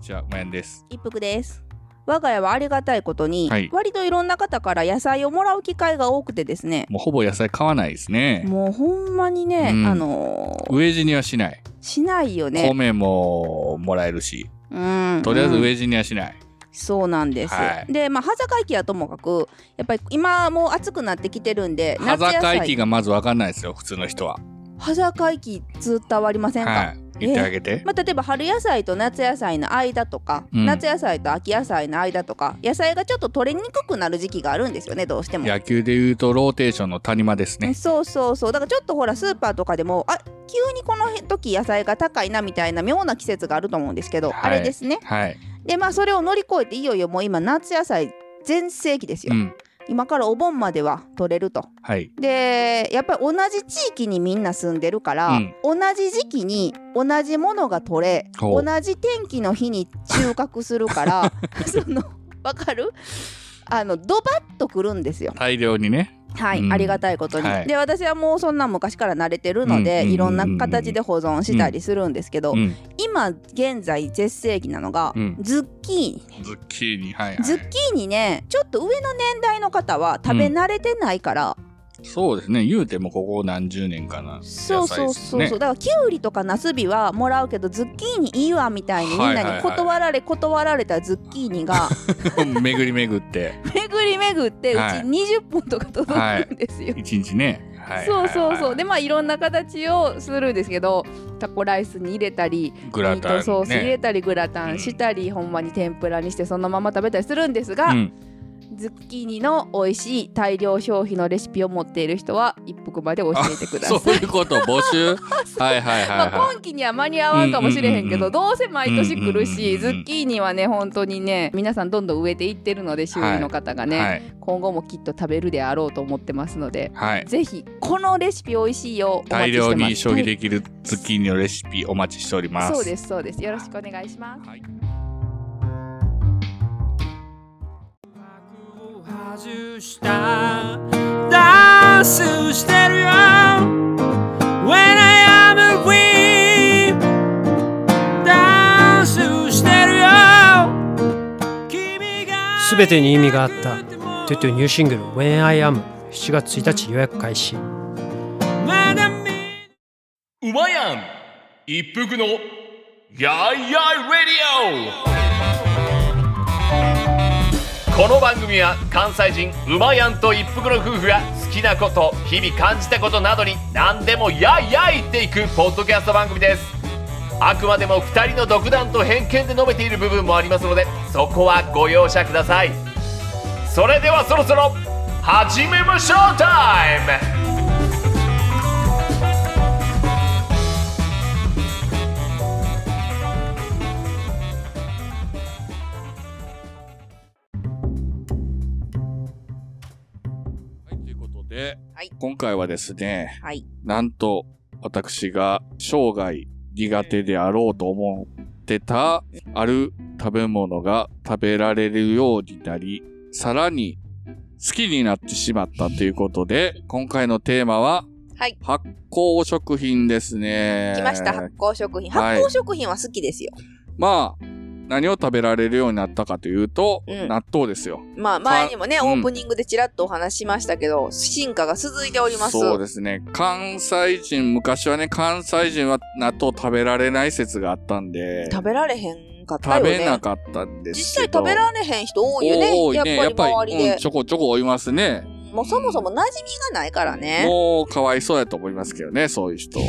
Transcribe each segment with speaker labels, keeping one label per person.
Speaker 1: ちは、まやんです。
Speaker 2: 一服です我が家はありがたいことに、
Speaker 1: はい
Speaker 2: 割といろんな方から野菜をもらう機会が多くてですね
Speaker 1: もうほぼ野菜買わないですね。
Speaker 2: もうほんまにね、
Speaker 1: うん
Speaker 2: あのー
Speaker 1: 植え地にはしない。
Speaker 2: しないよね
Speaker 1: 米ももらえるし、
Speaker 2: うん
Speaker 1: とりあえず
Speaker 2: うん
Speaker 1: 植え地にはしない。
Speaker 2: そうなんです、
Speaker 1: はい
Speaker 2: でまあ端境期はともかくやっぱり今もう暑くなってきてるんで
Speaker 1: 葉
Speaker 2: 夏野
Speaker 1: 境
Speaker 2: 菜
Speaker 1: 期がまずわかんないですよ、普通の人は。
Speaker 2: 端境期ずっとわりませんか、
Speaker 1: はい。言ってあげて。
Speaker 2: まあ、例えば春野菜と夏野菜の間とか、
Speaker 1: うん
Speaker 2: 夏野菜と秋野菜の間とか野菜がちょっと取れにくくなる時期があるんですよねどうしても。
Speaker 1: 野球で言うとローテーションの谷間ですね。
Speaker 2: そうそうそうだからちょっとほらスーパーとかでもあ急にこの時野菜が高いなみたいな妙な季節があると思うんですけど、
Speaker 1: はい
Speaker 2: あれですね
Speaker 1: はい。
Speaker 2: でまあそれを乗り越えていよいよもう今夏野菜全盛期ですよ、
Speaker 1: うん。
Speaker 2: 今からお盆までは取れると
Speaker 1: はい。
Speaker 2: でやっぱり同じ地域にみんな住んでるから、
Speaker 1: うん
Speaker 2: 同じ時期に同じものが取れ
Speaker 1: ほ
Speaker 2: 同
Speaker 1: う
Speaker 2: じ天気の日に収穫するから そのわかるあのドバッとくるんですよ。
Speaker 1: 大量にね。
Speaker 2: はい、
Speaker 1: うん
Speaker 2: ありがたいことに、
Speaker 1: はい
Speaker 2: で私はもうそんな昔から慣れてるので、
Speaker 1: うんうん
Speaker 2: いろんな形で保存したりするんですけど、
Speaker 1: うん。
Speaker 2: 今現在絶盛期なのが、
Speaker 1: うん
Speaker 2: ズッキーニ
Speaker 1: ズッキーニ。はい、はい。
Speaker 2: ズッキーニねちょっと上の年代の方は食べ慣れてないから、
Speaker 1: そうですね。言うてもここ何十年かな。
Speaker 2: そうそ
Speaker 1: 野菜で
Speaker 2: うそうそう、
Speaker 1: すね
Speaker 2: だからきゅうりとかなすびはもらうけどズッキーニいいわみたいにみん
Speaker 1: はいはいはい
Speaker 2: なに断られ断られたズッキー ニが
Speaker 1: 巡り巡って。
Speaker 2: 巡り巡ってうち
Speaker 1: はい
Speaker 2: 20本とか届くんですよ。
Speaker 1: 一日ね。はい
Speaker 2: そうそうそう、
Speaker 1: はい
Speaker 2: でまあいろんな形をするんですけどタコライスに入れたり
Speaker 1: グ
Speaker 2: ミ
Speaker 1: ラ
Speaker 2: ー
Speaker 1: タン、
Speaker 2: ト
Speaker 1: ね、
Speaker 2: ソース入れたりグラタ
Speaker 1: うん
Speaker 2: ンしたり、ほんまに天ぷらにしてそのまま食べたりするんですが、
Speaker 1: うん、
Speaker 2: ズッキーニの美味しい大量消費のレシピを持っている人は一服まで教えてくださ い
Speaker 1: そ。ういうこと募 集はいはいはい
Speaker 2: まあ、
Speaker 1: は
Speaker 2: 今期には間に合わんかもしれへんけど、
Speaker 1: うん
Speaker 2: どうせ毎年来るし、
Speaker 1: うん
Speaker 2: ズッキーニはね本当にね皆さんどんどん植えていってるので周囲の方が
Speaker 1: い、
Speaker 2: ね、
Speaker 1: はい
Speaker 2: 今後もきっと食べるであろうと思ってますので
Speaker 1: はい
Speaker 2: ぜひこのレシピ美味しいよお
Speaker 1: 大
Speaker 2: 待ちし
Speaker 1: 量
Speaker 2: てます
Speaker 1: に消費できるズッキーニのレシピお待ちしております
Speaker 2: そうですそうですよろしくお願いします
Speaker 1: はい
Speaker 3: を外したダンスしてるよ When I am with you ダンスしてるよ君が
Speaker 4: すべてに意味があったトゥトゥニューシングル「When I Am」7月1日予約開始
Speaker 3: まだ見
Speaker 5: うまやん一服のやいやいレディオこの番組は関西人うまやんと一服の夫婦が好きなこと日々感じたことなどに何でもやいやい言っていくポッドキャスト番組ですあくまでも2人の独断と偏見で述べている部分もありますのでそこはご容赦くださいそれではそろそろ始めましょうタイム
Speaker 1: はいということで、
Speaker 2: はい
Speaker 1: 今回はですね
Speaker 2: はい
Speaker 1: なんと私が生涯苦手であろうと思ってたある食べ物が食べられるようになりさらに好きになってしまったということで今回のテーマは
Speaker 2: はい
Speaker 1: 発酵食品ですね。
Speaker 2: 来ました発酵食品
Speaker 1: はい
Speaker 2: 発酵食品は好きですよ、
Speaker 1: まあ、何を食べられるようになったかというと、
Speaker 2: うん
Speaker 1: 納豆ですよ。
Speaker 2: まあ前にもね
Speaker 1: か
Speaker 2: オ
Speaker 1: うん
Speaker 2: ープニングでちらっとお話ししましたけど進化が続いております
Speaker 1: そうですね。関西人、昔はね、関西人は納豆食べられない説があったんで、
Speaker 2: 食べられへんかった
Speaker 1: 食
Speaker 2: よね
Speaker 1: べなかったんです
Speaker 2: 実
Speaker 1: け
Speaker 2: 際
Speaker 1: ど。
Speaker 2: 食べられへん人多いよね
Speaker 1: 多いね。
Speaker 2: や
Speaker 1: や
Speaker 2: っ
Speaker 1: っ
Speaker 2: ぱ
Speaker 1: ぱ
Speaker 2: り
Speaker 1: り
Speaker 2: 周りで
Speaker 1: うん、ちょこちょこ追いますね。
Speaker 2: もうそもそも馴染みがないからね。
Speaker 1: もう、かわいそうやと思いますけどね、そういう 人。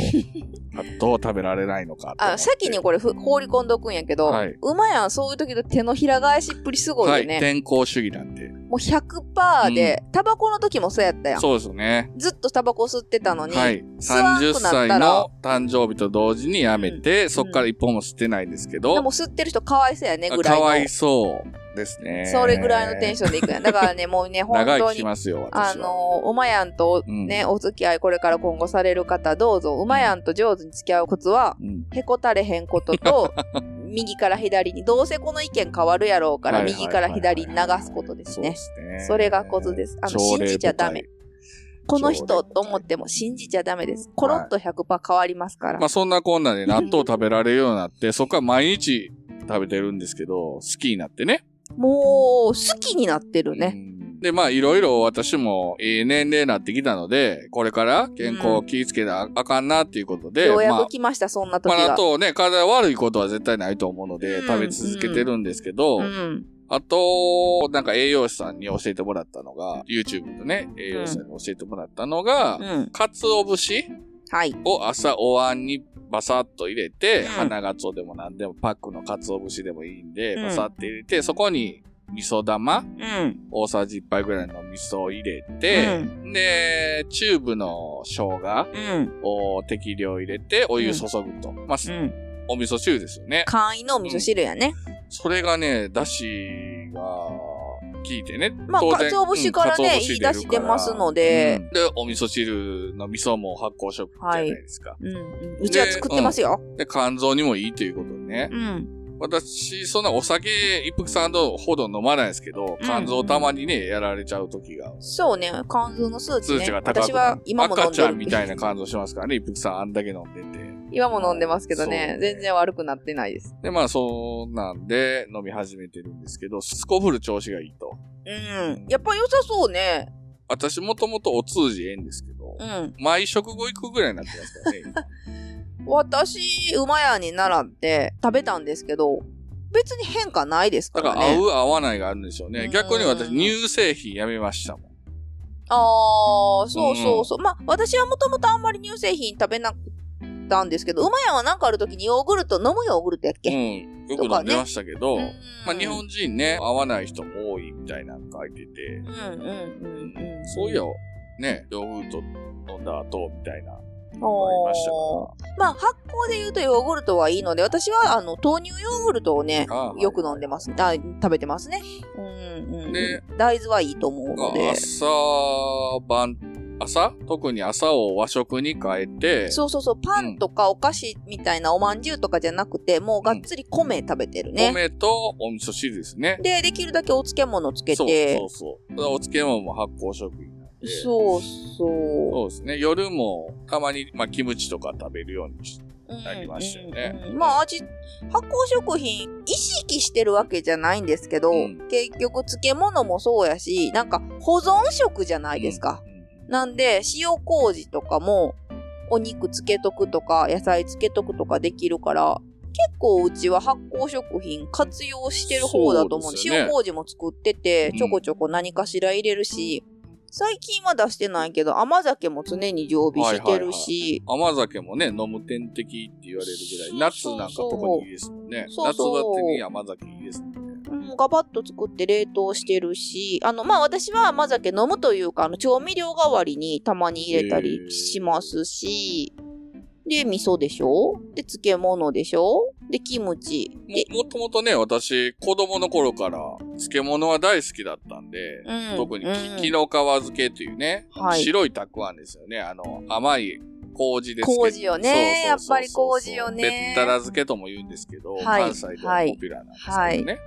Speaker 1: 納豆食べられないのかと思って。
Speaker 2: あ先にこれふ放り込んどくんやけど、
Speaker 1: はいう
Speaker 2: まやんそういう時の手のひら返しっぷりすごいよね、
Speaker 1: はい、天候主義なんで。
Speaker 2: もう100%で、タバコの時もそうやったやん
Speaker 1: そうですよね。
Speaker 2: ずっとタバコ吸ってたのに、
Speaker 1: はい、
Speaker 2: 吸わん
Speaker 1: 30
Speaker 2: くなっ
Speaker 1: 歳
Speaker 2: たら
Speaker 1: の誕生日と同時に辞めて、そっから一本も吸ってないんですけど、
Speaker 2: でも吸ってる人かわいそうやねぐら
Speaker 1: かわ
Speaker 2: い
Speaker 1: い
Speaker 2: の
Speaker 1: そうですね。
Speaker 2: それぐらいのテン
Speaker 1: シ
Speaker 2: ションでいくやんだからねもうね本
Speaker 1: 長
Speaker 2: 当
Speaker 1: 生きし
Speaker 2: に
Speaker 1: ますよ、
Speaker 2: あ
Speaker 1: 私は。
Speaker 2: のうまやんとね、お付き合いこれから今後される方どうぞうまやんと上手に付き合うコツは
Speaker 1: うん
Speaker 2: へこたれへんことと右から左にどうせこの意見変わるやろうから
Speaker 1: はいはいはい
Speaker 2: 右から左に流すことですね。
Speaker 1: そうですね
Speaker 2: それがコツですあの
Speaker 1: 朝礼
Speaker 2: 信じちゃダメ
Speaker 1: 舞
Speaker 2: この人と思っても信じちゃダメですコロッと100%変わりますから、
Speaker 1: 台まあそんなこんなで納豆食べられるようになって、そっから毎日食べてるんですけど、好きになってね。
Speaker 2: もう、好きになってる
Speaker 1: う
Speaker 2: ね。
Speaker 1: んで、まあ、いろいろ私もええ年齢になってきたので、これから健康を気ぃつけなあかんなっていうことで、
Speaker 2: ようや
Speaker 1: まあ
Speaker 2: く、来ました、そんな時
Speaker 1: まあ、あ
Speaker 2: が。
Speaker 1: とね、体悪いことは絶対ないと思うので、
Speaker 2: うん
Speaker 1: 食べ続けてるんですけど、
Speaker 2: うん。
Speaker 1: あと、なんか栄養士さんに教えてもらったのが、YouTube のね、栄養士さんに教えてもらったのが、
Speaker 2: うん。
Speaker 1: 鰹節
Speaker 2: はい。
Speaker 1: を朝お椀にバサッと入れて、
Speaker 2: うん
Speaker 1: 花がつおでも何でもパックの鰹節でもいいんで、
Speaker 2: うん
Speaker 1: バサッて入れて、そこに味噌玉
Speaker 2: うん。
Speaker 1: 大さじ1杯ぐらいの味噌を入れて、で、チューブの生姜
Speaker 2: うん。
Speaker 1: を適量入れて、お湯注ぐと。まあ、す
Speaker 2: うん。
Speaker 1: お味噌汁ですよね。
Speaker 2: 簡易のお味噌汁やね。
Speaker 1: それがね、だしが効いてね。
Speaker 2: まあ
Speaker 1: 当然
Speaker 2: 鰹節か
Speaker 1: う
Speaker 2: らね
Speaker 1: ん鰹節出るから
Speaker 2: いい出汁出ますので
Speaker 1: うんで、お味噌汁の味噌も発酵食品じゃないですか。
Speaker 2: うん。うんうちは作ってますよ。
Speaker 1: で、肝臓にもいいということでね。
Speaker 2: うん。
Speaker 1: 私、そんなお酒一服さんほど飲まないですけど、
Speaker 2: うん
Speaker 1: 肝臓たまにね、やられちゃう時が
Speaker 2: そうね。肝臓の数値
Speaker 1: 数
Speaker 2: ね。
Speaker 1: 値が高くなる
Speaker 2: 私は今も飲ん
Speaker 1: 赤ちゃん
Speaker 2: で
Speaker 1: み
Speaker 2: る。
Speaker 1: たいな感動しますからね、一服さんあんだけ飲んでて。
Speaker 2: 今も飲んでますけどね
Speaker 1: そ。う
Speaker 2: 全然悪くなってないです。
Speaker 1: で、まあそうなんで飲み始めてるんですけど、すこぶる調子がいいと。
Speaker 2: うん。やっぱ良さそうね。
Speaker 1: 私もともとお通じええんですけど、
Speaker 2: うん。
Speaker 1: 毎食後行くぐらいになってますからね 今。
Speaker 2: 私、馬屋に習って食べたんですけど、別に変化ないですか
Speaker 1: だからら合
Speaker 2: ね。
Speaker 1: う合わないがあるんでしょう
Speaker 2: う
Speaker 1: ね。
Speaker 2: ん
Speaker 1: 逆に私乳製品やめましたもん。
Speaker 2: ああ、そうそうそう。まあ、私はもともとあんまり乳製品食べなかったんですけど、馬屋はなんかある時にヨーグルト、飲むヨーグルトやっ
Speaker 1: う
Speaker 2: け、
Speaker 1: ん。よく飲んでましたけど、
Speaker 2: うん
Speaker 1: まあ日本人ね、合わない人も多いみたいなの書いてて、
Speaker 2: うんうんうんうん。
Speaker 1: そういや、ね、ヨーグルト飲んだ後みたいな、あり
Speaker 2: おー
Speaker 1: ましたから。
Speaker 2: まあ、発酵で言うとヨーグルトはいいので、私はあの豆乳ヨーグルトをね
Speaker 1: あー、
Speaker 2: よく飲んでます。あ食べてますね。うんうん。
Speaker 1: ね
Speaker 2: 大豆はいいと思うので。
Speaker 1: 朝晩、朝特に朝を和食に変えて、
Speaker 2: そうそうそう、パンとかお菓子みたいなおまんじゅうとかじゃなくて、もうがっつり米食べてるね。
Speaker 1: 米とお味噌汁ですね。
Speaker 2: で、できるだけお漬物つけ
Speaker 1: そう
Speaker 2: て
Speaker 1: そ。うそう。お漬物も発酵食品なんで。そう
Speaker 2: そうそう。
Speaker 1: ですね。夜もたまに、まあ、キムチとか食べるようにし
Speaker 2: うん
Speaker 1: なりましたよね
Speaker 2: うんうんまあ味、発酵食品、意識してるわけじゃないんですけど、
Speaker 1: うん
Speaker 2: 結局漬物もそうやし、なんか保存食じゃないですか。。
Speaker 1: うん
Speaker 2: なんで、塩麹とかも、お肉漬けとくとか、野菜漬けとくとかできるから、結構うちは発酵食品活用してる方だと思う。
Speaker 1: そうですよね
Speaker 2: 塩麹も作ってて
Speaker 1: う、ん
Speaker 2: ちょこちょこ何かしら入れるし、最近は出してないけど、甘酒も常に常備してるし、
Speaker 1: 甘酒もね、飲む点滴って言われるぐらい、夏
Speaker 2: そうそうそう
Speaker 1: なんか特にいいですもんね。
Speaker 2: そうそう
Speaker 1: 夏バテに甘酒いいですもんね。
Speaker 2: うんガバッと作って冷凍してるし、あの、まあ、私は甘酒飲むというか、あの、調味料代わりにたまに入れたりしますし、で、味噌でしょで、漬物でしょで、キムチ。で、
Speaker 1: ももともとね、私、子供の頃から漬物は大好きだったんで、
Speaker 2: うん
Speaker 1: 特に
Speaker 2: うん
Speaker 1: き木の皮漬けというね、
Speaker 2: はい
Speaker 1: 白いたくあんですよね。あの、甘い麹ですけど。
Speaker 2: 麹よね
Speaker 1: そうそうそうそう
Speaker 2: やっぱり麹よね
Speaker 1: べったら漬けとも言うんですけど、
Speaker 2: はい
Speaker 1: 関西ではポピュラーなんですけどね。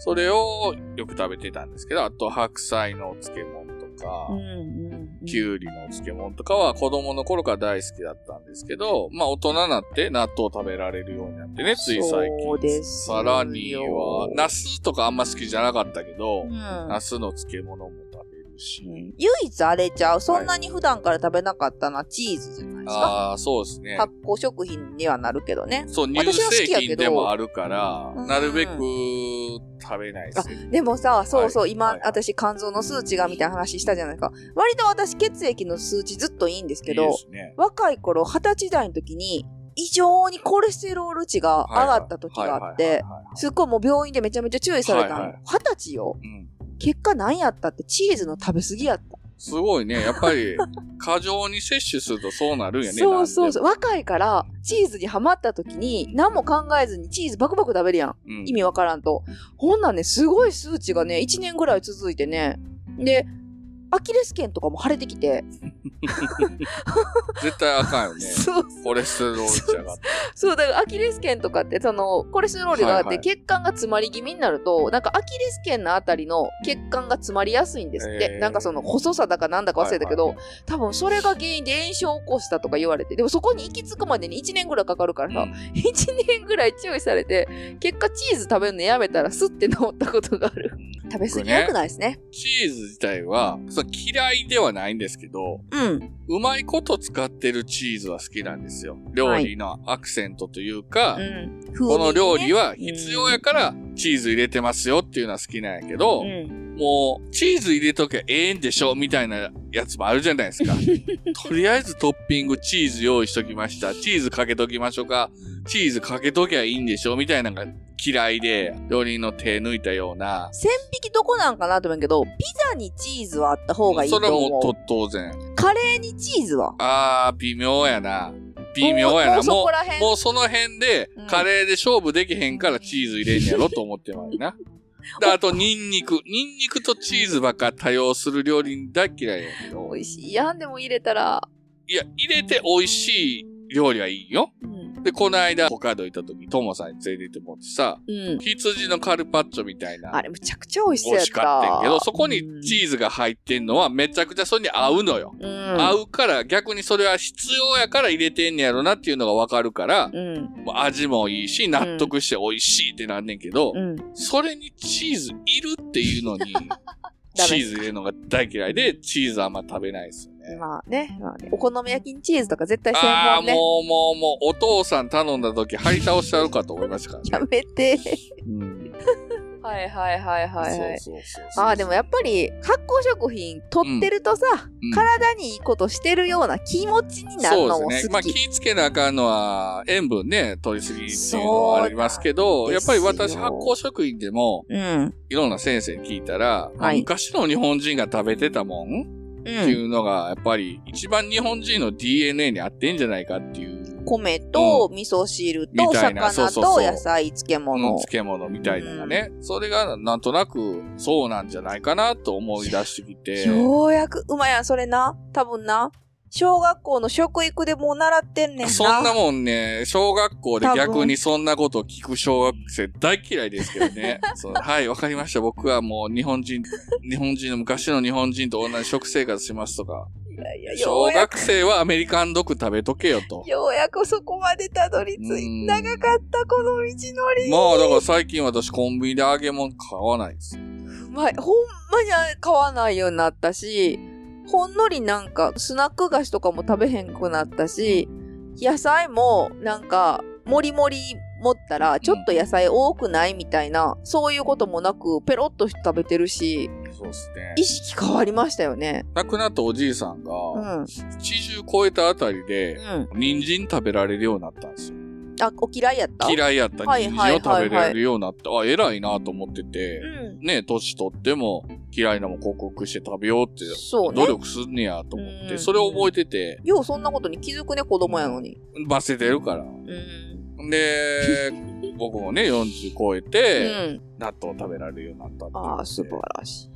Speaker 1: それをよく食べてたんですけど、あと白菜の漬物とか、
Speaker 2: うんうんうん
Speaker 1: きゅうりの漬物とかは子供の頃から大好きだったんですけど、まあ大人になって納豆食べられるようになってね、つい最近。
Speaker 2: そうですよ
Speaker 1: さらには、茄子とかあんま好きじゃなかったけど、
Speaker 2: うん
Speaker 1: 茄子の漬物も食べるし、
Speaker 2: うん唯一あれちゃう。そんなに普段から食べなかったのはチーズじゃないですか。
Speaker 1: ああ、そうですね。
Speaker 2: 発酵食品にはなるけどね。
Speaker 1: そう、乳
Speaker 2: 私は好
Speaker 1: 製
Speaker 2: きやけど
Speaker 1: 品でもあるから、
Speaker 2: うん
Speaker 1: なるべく食べないですね。
Speaker 2: でもさ、そうそう、
Speaker 1: はい
Speaker 2: 今、
Speaker 1: はい
Speaker 2: 私肝臓の数値がみたいな話したじゃないか。割と私血液の数値ずっといいんですけど、
Speaker 1: いいですね。
Speaker 2: 若い頃、二十歳代の時に、異常にコレステロール値が上がった時があっ
Speaker 1: はいはい
Speaker 2: て
Speaker 1: はい、はいはい
Speaker 2: すっごいもう病院でめちゃめちゃ注意されたの。二、
Speaker 1: はいはい
Speaker 2: 十、歳よ。
Speaker 1: うん
Speaker 2: 結果何やったってチーズの食べ過ぎやった。
Speaker 1: すごいね。やっぱ り、過剰に摂取するとそうなるんやね。
Speaker 2: そうそうそう。
Speaker 1: う。
Speaker 2: 若いから、チーズにハマった時に、何も考えずにチーズバクバク食べるやん。
Speaker 1: うん
Speaker 2: 意味わからんと。ほんなんね、すごい数値がね、1年ぐらい続いてね。で、アキレス腱とかも腫れてきて、
Speaker 1: 絶対あかんよね。
Speaker 2: そう
Speaker 1: コレステロールじゃがって。
Speaker 2: そうだからアキレス腱とかってそのコレステロールがあっ
Speaker 1: はい
Speaker 2: て
Speaker 1: はい
Speaker 2: 血管が詰まり気味になると、なんかアキレス腱のあたりの血管が詰まりやすいんですって、
Speaker 1: へー
Speaker 2: なんかその細さだかなんだか忘れたけど、多分それが原因で炎症を起こしたとか言われてでもそこに行き着くまでに1年ぐらいかかるからさ、1年ぐらい注意されて結果チーズ食べるのやめたらスッて治ったことがある食べ過ぎ良くないですね
Speaker 1: チーズ自体は、そう嫌いではないんですけど、
Speaker 2: うん
Speaker 1: うまいこと使ってるチーズは好きなんですよ。料理のアクセントというか、
Speaker 2: うん
Speaker 1: この料理
Speaker 2: は
Speaker 1: は必要やからチーズ入れてますよっていうのは好きなんやけど、
Speaker 2: うん、
Speaker 1: もうチーズ入れときゃええんでしょみたいなやつもあるじゃないです か。とりあえずトッピングチーズ用意しときました。チーズかけときましょうか。チーズかけときゃいいんでしょみたいなのが嫌いで、料理の手抜いたような。
Speaker 2: 線引きどこなんかなと思うけどピザにチーズはあった方がいいと
Speaker 1: それ
Speaker 2: 思う
Speaker 1: もと当然。
Speaker 2: カレーにチーズは
Speaker 1: あー、微妙やな。微妙や
Speaker 2: も
Speaker 1: な。
Speaker 2: うそ
Speaker 1: も
Speaker 2: こら
Speaker 1: う、
Speaker 2: 辺
Speaker 1: もうその辺で
Speaker 2: うん、
Speaker 1: カレーで勝負できへんからチーズ入れんやろと思ってまい な。で、あと、ニンニク。ニンニクとチーズばっか多用する料理大嫌いやけど。
Speaker 2: 美味しいやんでも入れたら、
Speaker 1: いや、入れて美味しい料理はいいよ。
Speaker 2: うん
Speaker 1: で、この間、北海道行った時、ともさんに連れてってもらってさ、
Speaker 2: うん、
Speaker 1: 羊のカルパッチョみたいな。
Speaker 2: あれむちゃくちゃ美味しそう
Speaker 1: 美
Speaker 2: やっ
Speaker 1: 味
Speaker 2: た
Speaker 1: しかったんやけど、そこにチーズが入ってんのはめちゃくちゃそれに合うのよ。
Speaker 2: うん、
Speaker 1: 合
Speaker 2: う
Speaker 1: うから逆にそれは必要やから入れてんねやろなっていうのがわかるから、
Speaker 2: んうん
Speaker 1: もう味もいいし納得して美味しいってなんねんけど、
Speaker 2: うん
Speaker 1: それにチーズいるっていうのに
Speaker 2: ダメ
Speaker 1: チーズ入れるのが大嫌いでチーズあんま食べないですよね。
Speaker 2: まあね,、まあ、ねお好み焼きにチーズとか絶対専
Speaker 1: ああ
Speaker 2: 門
Speaker 1: ー、
Speaker 2: ね
Speaker 1: もうもうもう、お父さん頼んだ時、張り倒しちゃうかと思いましたか
Speaker 2: や
Speaker 1: らね。
Speaker 2: めて
Speaker 1: うん、
Speaker 2: はいはいはいはいはい
Speaker 1: そうそうそうそう
Speaker 2: ああでもやっぱり発酵食品取ってるとさ、
Speaker 1: うん
Speaker 2: 体にいいことしてるような気持ちになるの
Speaker 1: そ
Speaker 2: も
Speaker 1: う
Speaker 2: 好
Speaker 1: です
Speaker 2: き、
Speaker 1: ね。まあ気ぃつけなあかんのは塩分ね、取りすぎっていうのはありますけ
Speaker 2: そ
Speaker 1: ど、
Speaker 2: うなん
Speaker 1: や
Speaker 2: で
Speaker 1: っ
Speaker 2: すよ
Speaker 1: ぱり私発酵食品でも
Speaker 2: うん
Speaker 1: いろんな先生に聞いたら、まあ
Speaker 2: はい
Speaker 1: 昔の日本人が食べてたもん
Speaker 2: う
Speaker 1: って
Speaker 2: ん
Speaker 1: いうのがやっぱり一番日本人の DNA に合ってんじゃないかっていう
Speaker 2: 米と味噌汁と
Speaker 1: みたいなそう
Speaker 2: 魚
Speaker 1: そうそ
Speaker 2: と
Speaker 1: う
Speaker 2: 野菜漬
Speaker 1: こ
Speaker 2: 物
Speaker 1: の漬物みたいなのがね、それがなんとなくそうなんじゃないかなと思い出してきて。
Speaker 2: ようやく、うまやん、それな。多分な。小学校の食育でもう習ってんねんな。
Speaker 1: そんなもんね、小学校で
Speaker 2: 多分
Speaker 1: 逆にそんなことを聞く小学生大嫌いですけど ね。そうはい、わかりました。僕はもう日本人、日本人の昔の日本人と同じ食生活しますとか。
Speaker 2: いやいや、よ
Speaker 1: 小
Speaker 2: うや
Speaker 1: 学
Speaker 2: く、
Speaker 1: 生はアメリカンドッグ食べとけよと。
Speaker 2: ようやくそこまでたどり着
Speaker 1: う
Speaker 2: い
Speaker 1: ん
Speaker 2: 長かった、この道のり。
Speaker 1: まあだから最近私コンビニで揚げ物買わないです。
Speaker 2: うまい。ほんまに買わないようになったし、ほんのりなんか、スナック菓子とかも食べへんくなったし、野菜も、なんか、もりもり持ったら、ちょっと野菜多くないみたいな、そういうこともなく、ペロッと食べてるし、
Speaker 1: そうですね
Speaker 2: 意識変わりましたよね。
Speaker 1: 亡くなったおじいさん
Speaker 2: う
Speaker 1: が、
Speaker 2: ん。
Speaker 1: 70超えたあたりで、
Speaker 2: うん。
Speaker 1: 人参食べられるようになったんですよ。
Speaker 2: あ、お嫌いやったい。
Speaker 1: 嫌いやった
Speaker 2: はい
Speaker 1: 人参を食べ
Speaker 2: はいはい
Speaker 1: れ
Speaker 2: は
Speaker 1: るようになって、あ、偉いなと思ってて。
Speaker 2: うん。
Speaker 1: ね、年取っても嫌いなもん克服して食べようって、
Speaker 2: そう
Speaker 1: 努
Speaker 2: ね。
Speaker 1: 力すんねやと思っ
Speaker 2: う
Speaker 1: て、
Speaker 2: ん
Speaker 1: それを覚えてて、
Speaker 2: ようそんなことに気づくね、子供やのに。
Speaker 1: バセてるから。
Speaker 2: うん。
Speaker 1: で、僕もね、40超え
Speaker 2: う
Speaker 1: て、
Speaker 2: ん。
Speaker 1: 納豆食べられるようになったっていうので
Speaker 2: ああ、素晴らしい。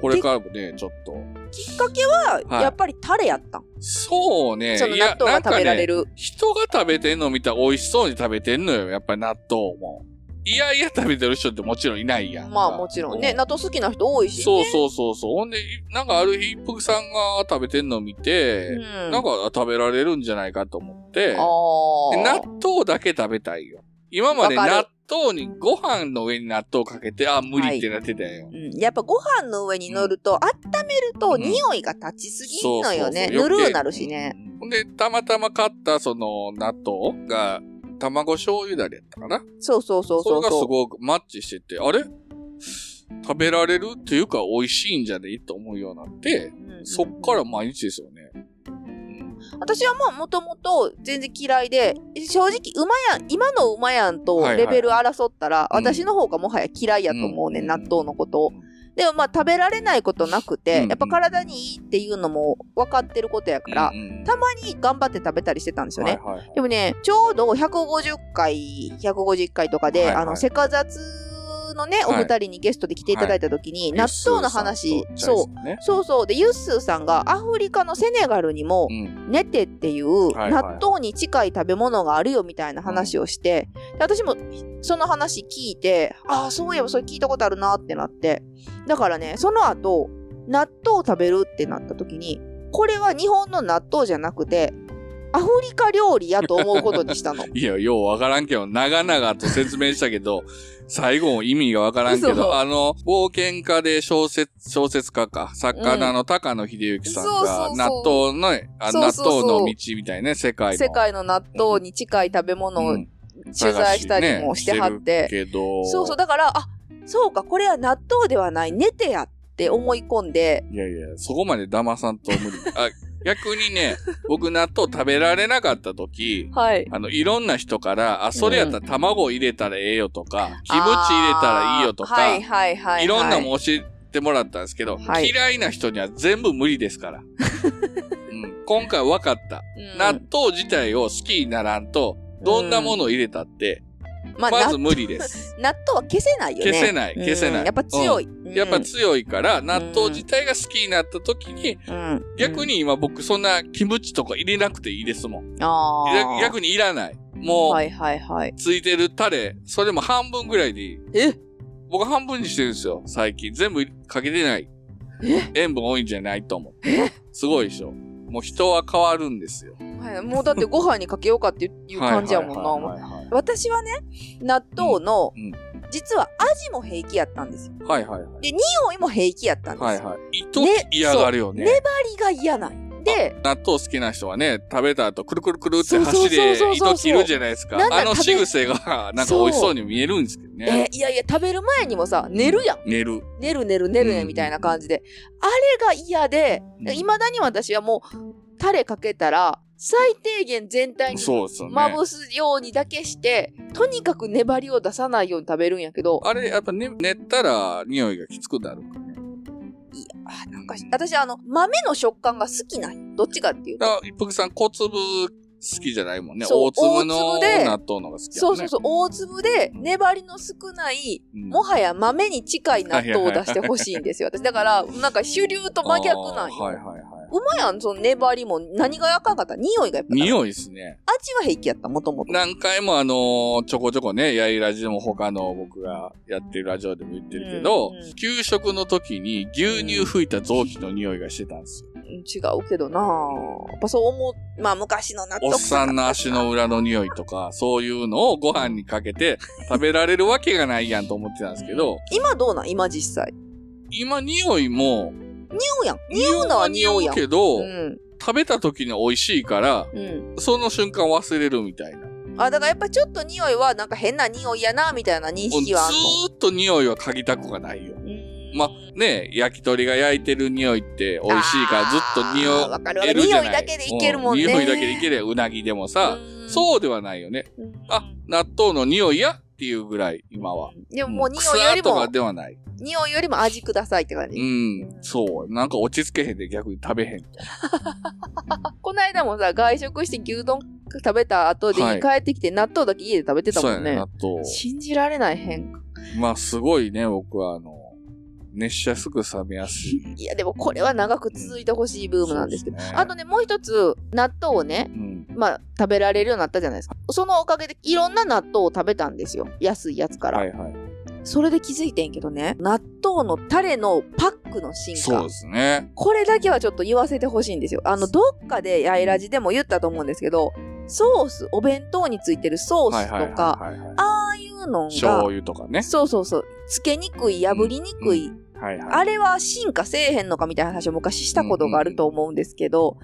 Speaker 1: これからもね、ちょっと。
Speaker 2: きっかけは、
Speaker 1: はい
Speaker 2: やっぱりタレやったん。
Speaker 1: そうね、
Speaker 2: その納豆が食べられ
Speaker 1: る。
Speaker 2: る。
Speaker 1: 人が食べてんの見たら美味しそうに食べてんのよ、やっぱり納豆も。いやいや食べてる人ってもちろんいないやんか。
Speaker 2: まあもちろん
Speaker 1: う
Speaker 2: ね、納豆好きな人多いし。
Speaker 1: そうそうそうそう。ほんで、なんかある日、一服さんが食べてんのを見て、
Speaker 2: うん。
Speaker 1: なんか食べられるんじゃないかと思って、で
Speaker 2: あ
Speaker 1: 納
Speaker 2: あ。
Speaker 1: 豆だけ食べたいよ。今まで
Speaker 2: わかる
Speaker 1: 納豆にご飯の上に納豆かけて、あ、無理ってなってたよ。
Speaker 2: うん、やっぱご飯の上に乗ると、温めると
Speaker 1: うん
Speaker 2: 匂いが立ちすぎん
Speaker 1: そう
Speaker 2: の
Speaker 1: そうそう
Speaker 2: よね。
Speaker 1: 余
Speaker 2: ぬ
Speaker 1: 計
Speaker 2: るうなるしね。
Speaker 1: うんほんで、たまたま買ったその納豆が、卵醤油だれやったかな
Speaker 2: そうそうそ
Speaker 1: そ
Speaker 2: うそ
Speaker 1: れ
Speaker 2: う
Speaker 1: がす
Speaker 2: そ
Speaker 1: ごくマッチしてて、あれ食べられるっていうか美味しいんじゃねと思うようになって
Speaker 2: う、うん。
Speaker 1: そっから毎日ですよね。
Speaker 2: 私はまあもともと全然嫌いで正直馬やん今の馬やんとレベル争ったら、
Speaker 1: いはい
Speaker 2: 私の方がもはや嫌いやと思うね、
Speaker 1: うん
Speaker 2: 納豆のことを。でもまあ食べられないことなくて、
Speaker 1: うん
Speaker 2: やっぱ体にいいっていうのも分かってることやから、
Speaker 1: た
Speaker 2: たまに頑張って食べたりしてたんですよね。
Speaker 1: はいはいはい
Speaker 2: でもねちょうど150回150回とかで、
Speaker 1: はいはい
Speaker 2: あのセカザツのね、お
Speaker 1: はい。
Speaker 2: 二人にゲストで来ていただいた時に、納豆の話、そう
Speaker 1: ね
Speaker 2: う。そうそう。で、ユッスーさんがアフリカのセネガルにも
Speaker 1: う、ん。
Speaker 2: ネテっていう
Speaker 1: はいはい
Speaker 2: 納豆に近い食べ物があるよみたいな話をして、で私もその話聞いて、ああ、そういえばそれ聞いたことあるなってなって。だからね、その後、納豆を食べるってなった時に、これは日本の納豆じゃなくて、アフリカ料理やと思うことにし たの。
Speaker 1: いや、ようわからんけど、長々と説明したけど、 最後も意味がわからんけ
Speaker 2: そう
Speaker 1: ど、あの、冒険家で小説、小説家か、作家なの高野秀之さん
Speaker 2: そうそうそ
Speaker 1: が、
Speaker 2: う
Speaker 1: 納豆のね、あ
Speaker 2: そう
Speaker 1: 納
Speaker 2: そうそう
Speaker 1: 豆の道みたいなね、世界の。
Speaker 2: 世界の納豆に近い食べ物を
Speaker 1: うん
Speaker 2: 取材したりもしてはっ
Speaker 1: 探しね、
Speaker 2: て
Speaker 1: してるけど。
Speaker 2: そうそう、だから、あ、そうか、これは納豆ではない、ネテやって思い込んで、
Speaker 1: いやいや、そこまで騙さんと無理。あ、逆にね、 僕納豆食べられなかった時、
Speaker 2: はい。
Speaker 1: あの、いろんな人から、あ、それやったら卵入れたらええよとか、キムチ入れたらいいよと
Speaker 2: あ
Speaker 1: か、
Speaker 2: ーはいいはいはい、はい。
Speaker 1: ろんなもん教えてもらったんですけど、
Speaker 2: はい
Speaker 1: 嫌いな人には全部無理です から。うん、今回分かった。
Speaker 2: うん
Speaker 1: 納豆自体を好きにならんと、どんなものを入れたって、
Speaker 2: まあ、
Speaker 1: ま
Speaker 2: な
Speaker 1: ず無理です。
Speaker 2: 納豆は消せないよね。
Speaker 1: 消せない消せない
Speaker 2: うんやっぱ強い。うん
Speaker 1: やっぱ強いから、納豆自体が好きになった時に、
Speaker 2: うん
Speaker 1: 逆に今僕そんなキムチとか入れなくていいですもん。
Speaker 2: ああ。
Speaker 1: 逆逆にいらない。も
Speaker 2: は
Speaker 1: う、
Speaker 2: いはいはい。
Speaker 1: ついてるタレ、それも半分ぐらいでいい。
Speaker 2: え
Speaker 1: 僕半分にしてるんですよ、最近。全部かけてない。塩分多いんじゃないと思う。すごいでしょ。もう人は変わるんですよ。
Speaker 2: はいもうだってご飯にかけようかっていう感じやもん
Speaker 1: はい
Speaker 2: な。
Speaker 1: はいはいはい
Speaker 2: 私はね、納豆の
Speaker 1: うんうん、
Speaker 2: 実は味も平気やったんですよ。
Speaker 1: はいはいはい。
Speaker 2: 匂いも平気やったんですよ。
Speaker 1: はい
Speaker 2: 粘
Speaker 1: はい。糸嫌がるよね。
Speaker 2: りが嫌なんで、
Speaker 1: 納豆好きな人はね、食べた後、くるくるくるって
Speaker 2: そうそうそう
Speaker 1: 箸で
Speaker 2: そうそう
Speaker 1: 糸切るじゃないですか
Speaker 2: なん。か
Speaker 1: あの
Speaker 2: 食べ
Speaker 1: 仕草が、 なんか美味しそうに見えるんですけどね。
Speaker 2: え、いやいや、食べる前にもさ、寝るやん。
Speaker 1: 寝る。
Speaker 2: 寝る寝る寝るね
Speaker 1: うん
Speaker 2: みたいな感じで、あれが嫌で
Speaker 1: うん
Speaker 2: いまだに私はもうタレかけたら最低限全体に
Speaker 1: そうですよね。
Speaker 2: まぶすようにだけして、とにかく粘りを出さないように食べるんやけど
Speaker 1: あれ、やっぱ、ね、寝たら匂いがきつくなるかね。
Speaker 2: あなんか私あの豆の食感が好きなんよどっちかっていう
Speaker 1: だ
Speaker 2: と。
Speaker 1: から一服さん、小粒好きじゃないもんね。
Speaker 2: そう
Speaker 1: 大粒の納
Speaker 2: 大粒
Speaker 1: 豆
Speaker 2: で
Speaker 1: のが好きやもんね。
Speaker 2: そうそうそう、大粒で粘りの少ない、
Speaker 1: うん
Speaker 2: もはや豆に近い納豆を出してほしいんですよ。私、だから、なんか主流と真逆なん
Speaker 1: あーはい
Speaker 2: よ。
Speaker 1: はいはい。
Speaker 2: うまいやん、その粘りも。何があかんかった匂いがやっぱ。
Speaker 1: 匂いですね。
Speaker 2: 味は平気やった、もともと。
Speaker 1: 何回もあのーちょこちょこね、やいラジでも他の僕がやってるラジオでも言ってるけど、
Speaker 2: うんうん
Speaker 1: 給食の時に牛乳吹いた臓器の匂いがしてたんですよ。
Speaker 2: うん違うけどなぁやっぱそう思う、まあ昔の納豆
Speaker 1: おっさんの足の裏の匂いとか、そういうのをご飯にかけて食べられるわけがないやんと思ってたんですけど、
Speaker 2: 今どうなん今実際。
Speaker 1: 今匂いも、
Speaker 2: 匂うやん。匂うのは匂うやん。
Speaker 1: けど、
Speaker 2: うん。
Speaker 1: 食べた時に美味しいから、
Speaker 2: う
Speaker 1: その瞬間忘れるみたいな。
Speaker 2: ん。あ、だからやっぱちょっと匂いはなんか変な匂いやなみたいな認
Speaker 1: ず
Speaker 2: 識はあんの。
Speaker 1: ーっと匂いは嗅ぎたくがないよ。
Speaker 2: うん
Speaker 1: まあね、焼き鳥が焼いてる匂いって美味しいからずっと匂
Speaker 2: あーわかるわ
Speaker 1: える
Speaker 2: かる。
Speaker 1: じ
Speaker 2: 匂
Speaker 1: ゃ
Speaker 2: い
Speaker 1: ない
Speaker 2: だけでいけるもんね。
Speaker 1: う匂いだけでいけるやんうなぎでもさ、
Speaker 2: うん
Speaker 1: そうではないよね。
Speaker 2: うん。
Speaker 1: あ、納豆の匂いやっていうぐらい、今は。
Speaker 2: でももう
Speaker 1: うん
Speaker 2: 匂いより
Speaker 1: 草と
Speaker 2: も
Speaker 1: か、ではない。
Speaker 2: 匂いよりも味くださいって感
Speaker 1: う
Speaker 2: じ。
Speaker 1: ん、そう。なんか落ち着けへんで逆に食べへん。
Speaker 2: この間もさ、外食して牛丼食べた後で
Speaker 1: は
Speaker 2: 家
Speaker 1: い
Speaker 2: 帰ってきて納豆だけ家で食べてた
Speaker 1: そう
Speaker 2: も
Speaker 1: や
Speaker 2: ん
Speaker 1: ね、
Speaker 2: ね
Speaker 1: 納。豆。
Speaker 2: 信じられない変化
Speaker 1: まあすごいね、僕はあの、熱しやすく冷めやすい。
Speaker 2: いや、でもこれは長く続いてほしいブームなんですけど。
Speaker 1: そうですね
Speaker 2: あとね、もう一つ、納豆をね、
Speaker 1: うん。
Speaker 2: まあ、食べられるようになったじゃないですか。そのおかげで、いろんな納豆を食べたんですよ。安いやつから。
Speaker 1: はいはい。
Speaker 2: それで気づいてんけどね、納豆のタレのパックの進
Speaker 1: そう
Speaker 2: 化
Speaker 1: で。すね。
Speaker 2: これだけはちょっと言わせてほしいんですよ。あの、どっかでやいラジでも言ったと思うんですけど、ソース、お弁当についてるソー
Speaker 1: はい
Speaker 2: ス
Speaker 1: はい
Speaker 2: と
Speaker 1: は
Speaker 2: か、
Speaker 1: いはいはい。
Speaker 2: ああいうの
Speaker 1: 醤
Speaker 2: が、
Speaker 1: 油とかね。
Speaker 2: そうそうそう、つけにくい、破りにくい、
Speaker 1: はいはい。
Speaker 2: あれは進化せえへんのかみたいな話を昔したことがあると思うんですけど、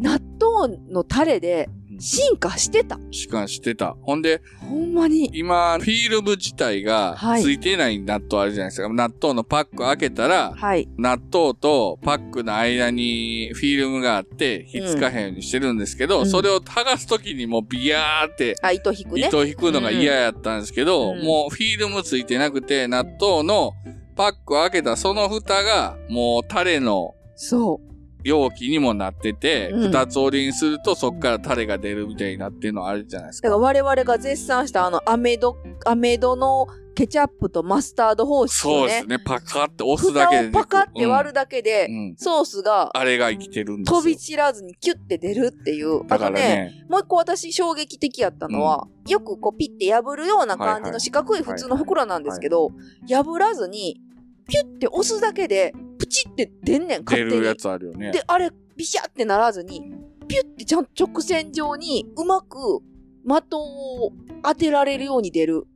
Speaker 2: 納豆のタレで
Speaker 1: うん
Speaker 2: 進化してた。
Speaker 1: しかしてた。ほんで、
Speaker 2: ほんまに。
Speaker 1: 今、フィールム自体が
Speaker 2: はい
Speaker 1: ついてない納豆あるじゃないですか。納豆のパック開けたら、
Speaker 2: はい。
Speaker 1: 納豆とパックの間にフィルムがあって、ひっつかへんようにしてるんですけど、
Speaker 2: うん
Speaker 1: それを剥がすときにもうビヤーって、
Speaker 2: あ、糸引くね。
Speaker 1: 糸を引くのが嫌やったんですけど、
Speaker 2: うん
Speaker 1: もうフィルムついてなくて、納豆のパックを開けたその蓋が、もうタレの
Speaker 2: そ
Speaker 1: 容器にもなってて、
Speaker 2: うん
Speaker 1: 二つ折りにするとそっからタレが出るみたいになってるのあるじゃないです
Speaker 2: だか
Speaker 1: か。
Speaker 2: ら我々が絶賛したあの、アメド、アメドのケチャップとマスタード方式
Speaker 1: そ
Speaker 2: を
Speaker 1: うです
Speaker 2: ね。
Speaker 1: ね。パカって押すだけで、
Speaker 2: 蓋をパカって割るだけで、
Speaker 1: うんうん
Speaker 2: ソースが
Speaker 1: あれが生きてるんですよ。
Speaker 2: 飛び散らずにキュッて出るっていう。
Speaker 1: だから
Speaker 2: あと
Speaker 1: ね、
Speaker 2: もう一個私衝撃的やったのは、よくこうピッて破るような感じの四角い普通の袋なんですけど、破らずに、ピュッて押すだけで、プチって出んねん、勝
Speaker 1: 出
Speaker 2: 手に。
Speaker 1: るやつあるよね。
Speaker 2: で、あれ、ビシャってならずに、ピュッてちゃんと直線上にうまく的を当てられるように出る。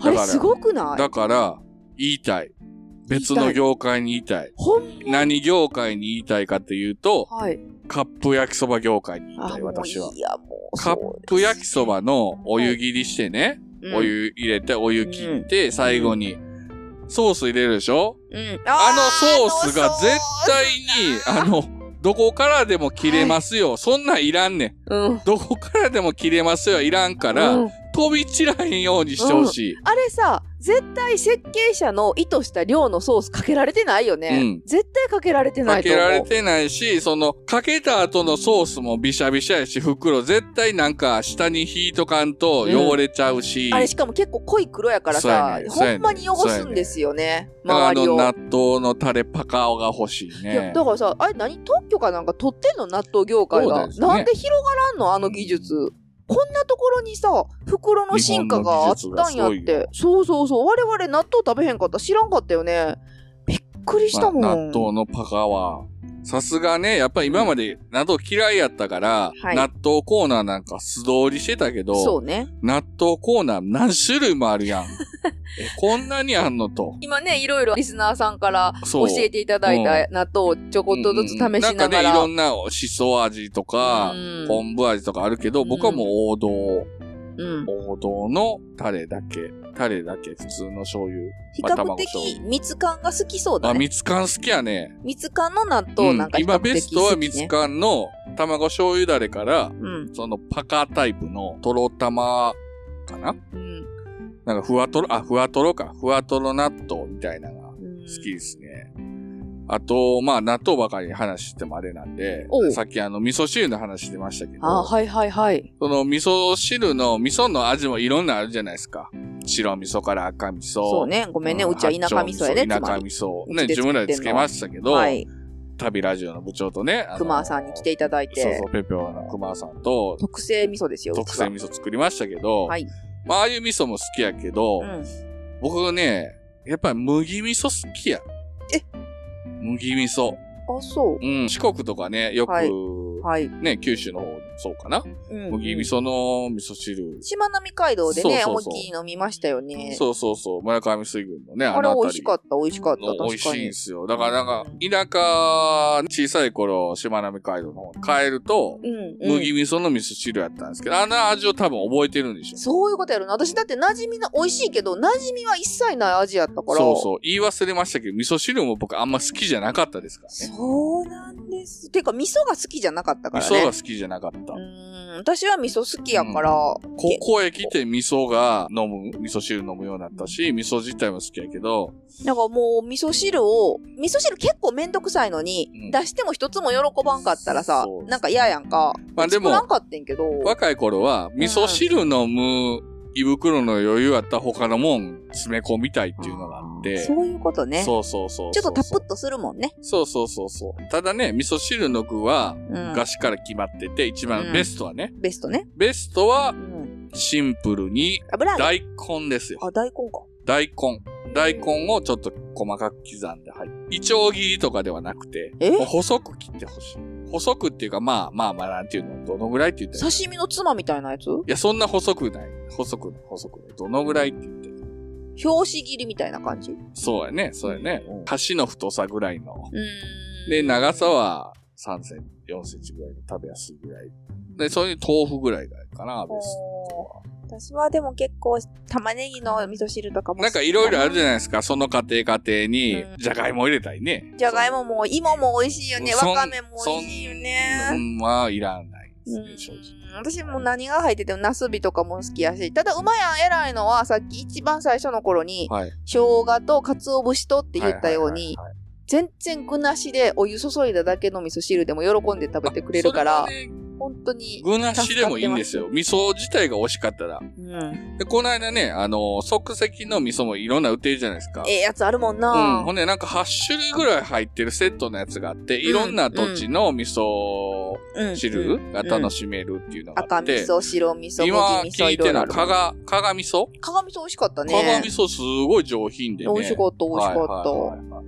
Speaker 2: あれ
Speaker 1: だから
Speaker 2: すごくない
Speaker 1: だから、言いたい。別の業界に言いたい。
Speaker 2: ほんま
Speaker 1: 何業界に言いたいかっていうと、
Speaker 2: はい。
Speaker 1: カップ焼きそば業界に言い
Speaker 2: あ
Speaker 1: たい、
Speaker 2: もうい
Speaker 1: 私は。
Speaker 2: いや、もう
Speaker 1: カ
Speaker 2: そう
Speaker 1: ップ焼きそばのお湯切りしてね、
Speaker 2: うん
Speaker 1: お湯入れて、お湯切って、最後に、ソース入れるでしょ
Speaker 2: うん
Speaker 1: あ
Speaker 2: あ
Speaker 1: のソースが絶対
Speaker 2: に
Speaker 1: に、あの、どこからでも切れますよ。そんなんいらんねん。
Speaker 2: うん
Speaker 1: どこからでも切れますよ。いらんから、
Speaker 2: うん
Speaker 1: 飛び散らへんようにしてほしい。
Speaker 2: あれさ絶対設計者の意図した量のソースかけられてないよね、
Speaker 1: うん
Speaker 2: 絶対かけられてな
Speaker 1: か
Speaker 2: いと
Speaker 1: け
Speaker 2: 思う
Speaker 1: られてないし、その、かけた後のソースもびしゃびしゃやし、袋絶対なんか下に引いとかんと汚れちゃうし、
Speaker 2: あれしかも結構濃い黒やから
Speaker 1: そう
Speaker 2: さ、
Speaker 1: やねんそうや
Speaker 2: ほ
Speaker 1: ねん
Speaker 2: んまに汚すんですよね
Speaker 1: だからあ
Speaker 2: 周り
Speaker 1: の
Speaker 2: を
Speaker 1: 納豆のタレパカオが欲しい
Speaker 2: いや
Speaker 1: ね。
Speaker 2: だからさあれ何特許かなんか取ってんの納豆業界が、
Speaker 1: そうですね
Speaker 2: なんで広がらんのあの技術こんなところにさ袋の進化があったんやっ
Speaker 1: 日本の技術がすごいよ
Speaker 2: てそうそうそう我々納豆食べへんかったら知らんかったよねびっくりしたもん、
Speaker 1: まあ納豆のパカオは。さすがね、やっぱり今まで納豆嫌いやったから、
Speaker 2: はい
Speaker 1: 納豆コーナーなんか素通りしてたけ
Speaker 2: そ
Speaker 1: ど、
Speaker 2: うね
Speaker 1: 納豆コーナー何種類もあ るやん。え、こんなにあんのと。
Speaker 2: 今ねいろいろリスナーさんから
Speaker 1: そ
Speaker 2: 教
Speaker 1: う。
Speaker 2: えていただいた
Speaker 1: う
Speaker 2: 納豆をちょこっとずつ試しな
Speaker 1: う
Speaker 2: がら、
Speaker 1: んうんうんなんかね、いろんなしそ味とか、
Speaker 2: うん
Speaker 1: 昆布味とかあるけど、僕はもう王道、
Speaker 2: うん
Speaker 1: 王道のタレだけ、タレだけ、普通の醤油。
Speaker 2: 比
Speaker 1: まあ
Speaker 2: 較
Speaker 1: 卵
Speaker 2: 的
Speaker 1: 醤油
Speaker 2: 蜜缶が好きそうだ
Speaker 1: あ、
Speaker 2: ね
Speaker 1: 蜜缶好きやね。
Speaker 2: 蜜缶の納豆なんか
Speaker 1: うん
Speaker 2: 比較
Speaker 1: 今
Speaker 2: 的好き、ね
Speaker 1: ベストは蜜缶の卵醤油だれから、
Speaker 2: うん
Speaker 1: そのパカタイプのとろ玉かな
Speaker 2: うん
Speaker 1: なんかふわとろ、あ、ふわとろか。ふわとろ納豆みたいなのが好
Speaker 2: うん
Speaker 1: きですね。あと、まあ、納豆ばかり話してもあれなんで
Speaker 2: おう、
Speaker 1: さっきあの、味噌汁の話してましたけど、
Speaker 2: あはいはいはい
Speaker 1: その味噌汁の、味噌の味もいろんなあるじゃないですか。白味噌から赤味噌。
Speaker 2: そうねごめんね、うちは田舎味噌や
Speaker 1: で
Speaker 2: ねつ
Speaker 1: 田
Speaker 2: ま
Speaker 1: 舎
Speaker 2: り
Speaker 1: 味噌。
Speaker 2: う
Speaker 1: ね、
Speaker 2: ちで
Speaker 1: 自
Speaker 2: 作ってんの
Speaker 1: 分らでつけましたけど、
Speaker 2: はい
Speaker 1: 旅ラジオの部長とね、あの
Speaker 2: 熊さんに来ていただいて
Speaker 1: そうそう、ペペオの熊さんと、
Speaker 2: 特製味噌ですよう
Speaker 1: 特
Speaker 2: ち
Speaker 1: 製
Speaker 2: は
Speaker 1: 味噌作りましたけど、
Speaker 2: はい、
Speaker 1: まあ、ああいう味噌も好きやけど、
Speaker 2: うん、
Speaker 1: 僕ね、やっぱり麦味噌好きや。
Speaker 2: え
Speaker 1: 麦味噌。
Speaker 2: あそう
Speaker 1: うん、四国とかね、よく、
Speaker 2: はいはい、
Speaker 1: ね、九州の方、そうかな。
Speaker 2: うん
Speaker 1: 麦味噌の味噌汁。
Speaker 2: しまなみ海道でね
Speaker 1: そうそうそう
Speaker 2: 思いっきり飲みましたよね
Speaker 1: そうそうそう、村上水軍のね、
Speaker 2: あれ
Speaker 1: の
Speaker 2: 美味しかった美味しかった
Speaker 1: の美味
Speaker 2: 確
Speaker 1: し
Speaker 2: か
Speaker 1: いん
Speaker 2: に
Speaker 1: ですよ。だからなんか、田舎、小さい頃、しまなみ海道の方に帰ると、
Speaker 2: うんうん、
Speaker 1: 麦味噌の味噌汁やったんですけど、あの味を多分覚えてるんでしょ。
Speaker 2: そういうことやろな。私だって馴染みな、美味しいけど、馴染みは一切ない味やったから。
Speaker 1: そうそう。言い忘れましたけど、味噌汁も僕あんま好きじゃなかったですからね。
Speaker 2: そうなんです。てか、味噌が好きじゃなかったから
Speaker 1: 味
Speaker 2: ね。
Speaker 1: 噌が好きじゃなかった
Speaker 2: う。ーん、私は味噌好きやから。
Speaker 1: ここへ来て味噌が飲む、味噌汁飲むようになったし、味噌自体も好きやけど、
Speaker 2: なんかもう、味噌汁を、味噌汁結構めんどくさいのに、
Speaker 1: うん
Speaker 2: 出しても一つも喜ばんかったらさ
Speaker 1: そう、
Speaker 2: なんか嫌やんか。
Speaker 1: まあでも
Speaker 2: 作らんかってんけど。
Speaker 1: 若い頃は味噌汁飲む胃袋の余裕あったら他のもん詰め込みたいっていうのがあって、
Speaker 2: そういうことね。
Speaker 1: そうそうそうそう。
Speaker 2: ちょっとタプッとするもんね。
Speaker 1: そうそうそうそう。ただね、味噌汁の具は、
Speaker 2: うん。
Speaker 1: 昔から決まってて、一番、
Speaker 2: うん
Speaker 1: ベストはね。
Speaker 2: ベストね。
Speaker 1: ベストは
Speaker 2: う、ん。
Speaker 1: シンプルに、
Speaker 2: 油揚げ。
Speaker 1: 大根ですよ。
Speaker 2: あ、大根か。
Speaker 1: 大根。大根をちょっと細かく刻んで入って。いちょう切りとかではなくて、
Speaker 2: え
Speaker 1: もう細く切ってほしい。細くっていうか、まあまあまあ、なんていうの、どのぐらいって言ったらいい
Speaker 2: 刺身のつまみたいなやつ
Speaker 1: いや、そんな細くない。細くない、細くない。どのぐらいって言って。
Speaker 2: 表紙切りみたいな感じう
Speaker 1: そうやね、そうやね。箸の太さぐらいの。
Speaker 2: ーん。
Speaker 1: で、長さは3センチ、4センチぐらいの食べやすいぐらい。で、それに豆腐ぐらいがいいかな、ベストは。
Speaker 2: 私はでも結構玉ねぎの味噌汁とかも
Speaker 1: なんかいろいろあるじゃ
Speaker 2: い
Speaker 1: ないですか、その家庭家庭に
Speaker 2: う、ん
Speaker 1: じゃがいも入れたりね。
Speaker 2: じゃがいもも芋も美味しいよね
Speaker 1: そん
Speaker 2: わかめも美味しいよ
Speaker 1: う
Speaker 2: ね
Speaker 1: ん、まあ、いらないです
Speaker 2: う
Speaker 1: ね、
Speaker 2: ん
Speaker 1: 正直。
Speaker 2: 私も何が入っててもなすびとかも好きやしただうまやん偉いのはさっき一番最初の頃に
Speaker 1: はい。
Speaker 2: 生姜と鰹節とって言ったように
Speaker 1: はいはいはいはい
Speaker 2: 全然具なしでお湯注いだだけの味噌汁でも喜んで食べてくれるから
Speaker 1: そ、れはね
Speaker 2: 本当に。
Speaker 1: 具なしでもいいんですよ。味噌自体が美味しかったら。
Speaker 2: うん。
Speaker 1: で、この間ね、あの、即席の味噌もいろんな売ってるじゃないですか。
Speaker 2: ええやつあるもん
Speaker 1: うん、
Speaker 2: な。
Speaker 1: ほんで、なんか8種類ぐらい入ってるセットのやつがあって、いろんな土地の味噌
Speaker 2: うん
Speaker 1: 汁が楽
Speaker 2: し
Speaker 1: しめるっていうのがあ
Speaker 2: 赤
Speaker 1: っ
Speaker 2: 味
Speaker 1: て、
Speaker 2: 噌、白味噌、
Speaker 1: 今
Speaker 2: 麦味噌、
Speaker 1: 聞い
Speaker 2: いろ
Speaker 1: て
Speaker 2: いろ
Speaker 1: る
Speaker 2: あ
Speaker 1: の、
Speaker 2: る。
Speaker 1: 加賀、加賀味噌
Speaker 2: 加賀味噌美味しかった
Speaker 1: 加賀
Speaker 2: ね
Speaker 1: 味。噌すごい上品でね。
Speaker 2: 美味しかった、美味しかった。
Speaker 1: はいはいはいはい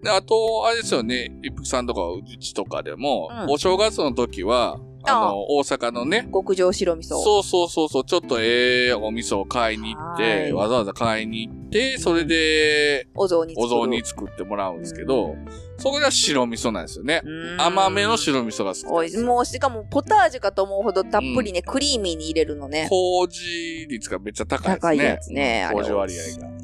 Speaker 1: で、あと、あれですよね、一服さんとかうちとかでも、
Speaker 2: うん
Speaker 1: お正月の時は、あの、
Speaker 2: ああ
Speaker 1: 大阪のね、
Speaker 2: 極上白味噌。
Speaker 1: そうそうそうそう、ちょっとええお味噌を買いに行っ
Speaker 2: は
Speaker 1: て、
Speaker 2: い
Speaker 1: わざわざ買いに行って、それで、
Speaker 2: お雑煮作
Speaker 1: お
Speaker 2: る。
Speaker 1: 雑煮作ってもらうんですけど、そこが白味噌なんですよね。
Speaker 2: うん
Speaker 1: 甘めの白味噌が好きなん
Speaker 2: お
Speaker 1: で
Speaker 2: い
Speaker 1: すよ。
Speaker 2: もうしかもポタージュかと思うほどたっぷりね、クリーミーに入れるのね。
Speaker 1: 麹率がめっちゃ高いですね。
Speaker 2: 高いやつね。あれ
Speaker 1: 麹割
Speaker 2: 美味しい
Speaker 1: 合が。
Speaker 2: よ